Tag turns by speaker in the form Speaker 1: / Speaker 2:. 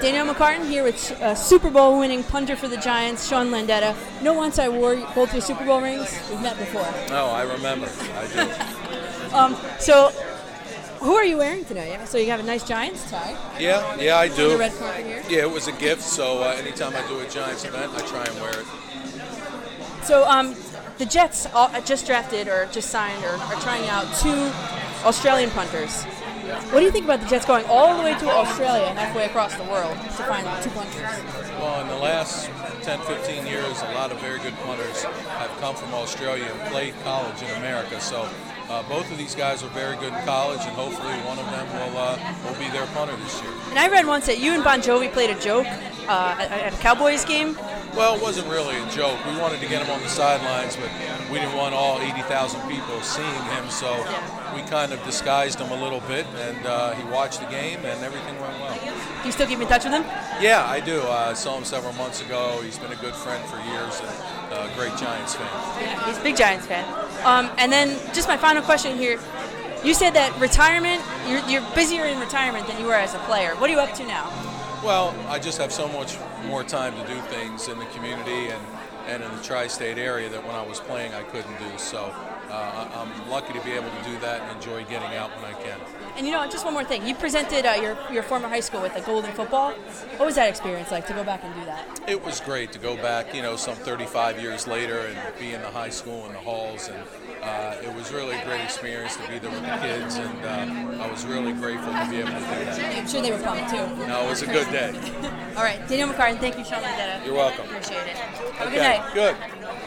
Speaker 1: Danielle McCartan here with uh, Super Bowl winning punter for the Giants, Sean Landetta. No, once I wore both your Super Bowl rings. We've met before.
Speaker 2: No, I remember. I do.
Speaker 1: So, who are you wearing tonight? So you have a nice Giants tie
Speaker 2: Yeah, yeah, I
Speaker 1: on
Speaker 2: do.
Speaker 1: the red carpet here.
Speaker 2: Yeah, it was a gift, so uh, anytime I do a Giants event, I try and wear it.
Speaker 1: So um, the Jets all, just drafted or just signed or are trying out two Australian punters. What do you think about the Jets going all the way to Australia and halfway across the world to find two punters?
Speaker 2: Well, in the last 10, 15 years, a lot of very good punters have come from Australia and played college in America. So uh, both of these guys are very good in college, and hopefully one of them will uh, will be their punter this year.
Speaker 1: And I read once that you and Bon Jovi played a joke uh, at, at a Cowboys game.
Speaker 2: Well, it wasn't really a joke. We wanted to get him on the sidelines, but we didn't want all 80,000 people seeing him, so we kind of disguised him a little bit, and uh, he watched the game, and everything went well.
Speaker 1: Do you still keep in touch with him?
Speaker 2: Yeah, I do. Uh, I saw him several months ago. He's been a good friend for years and uh, a great Giants fan.
Speaker 1: He's a big Giants fan. Um, and then just my final question here. You said that retirement, you're, you're busier in retirement than you were as a player. What are you up to now?
Speaker 2: Well, I just have so much more time to do things in the community and, and in the tri state area that when I was playing I couldn't do. So uh, I- I'm lucky to be able to do that and enjoy getting out when I can.
Speaker 1: And you know, just one more thing. You presented uh, your, your former high school with a golden football. What was that experience like to go back and do that?
Speaker 2: It was great to go back, you know, some 35 years later and be in the high school in the halls. And uh, it was really a great experience to be there with the kids. And uh, I was really grateful to be able to do that.
Speaker 1: I'm sure they were pumped too.
Speaker 2: No, it was a good day.
Speaker 1: All right, Daniel McCartan, thank you, Sean Landetta.
Speaker 2: You're welcome.
Speaker 1: Appreciate it. Have a good
Speaker 2: Okay,
Speaker 1: night.
Speaker 2: Good.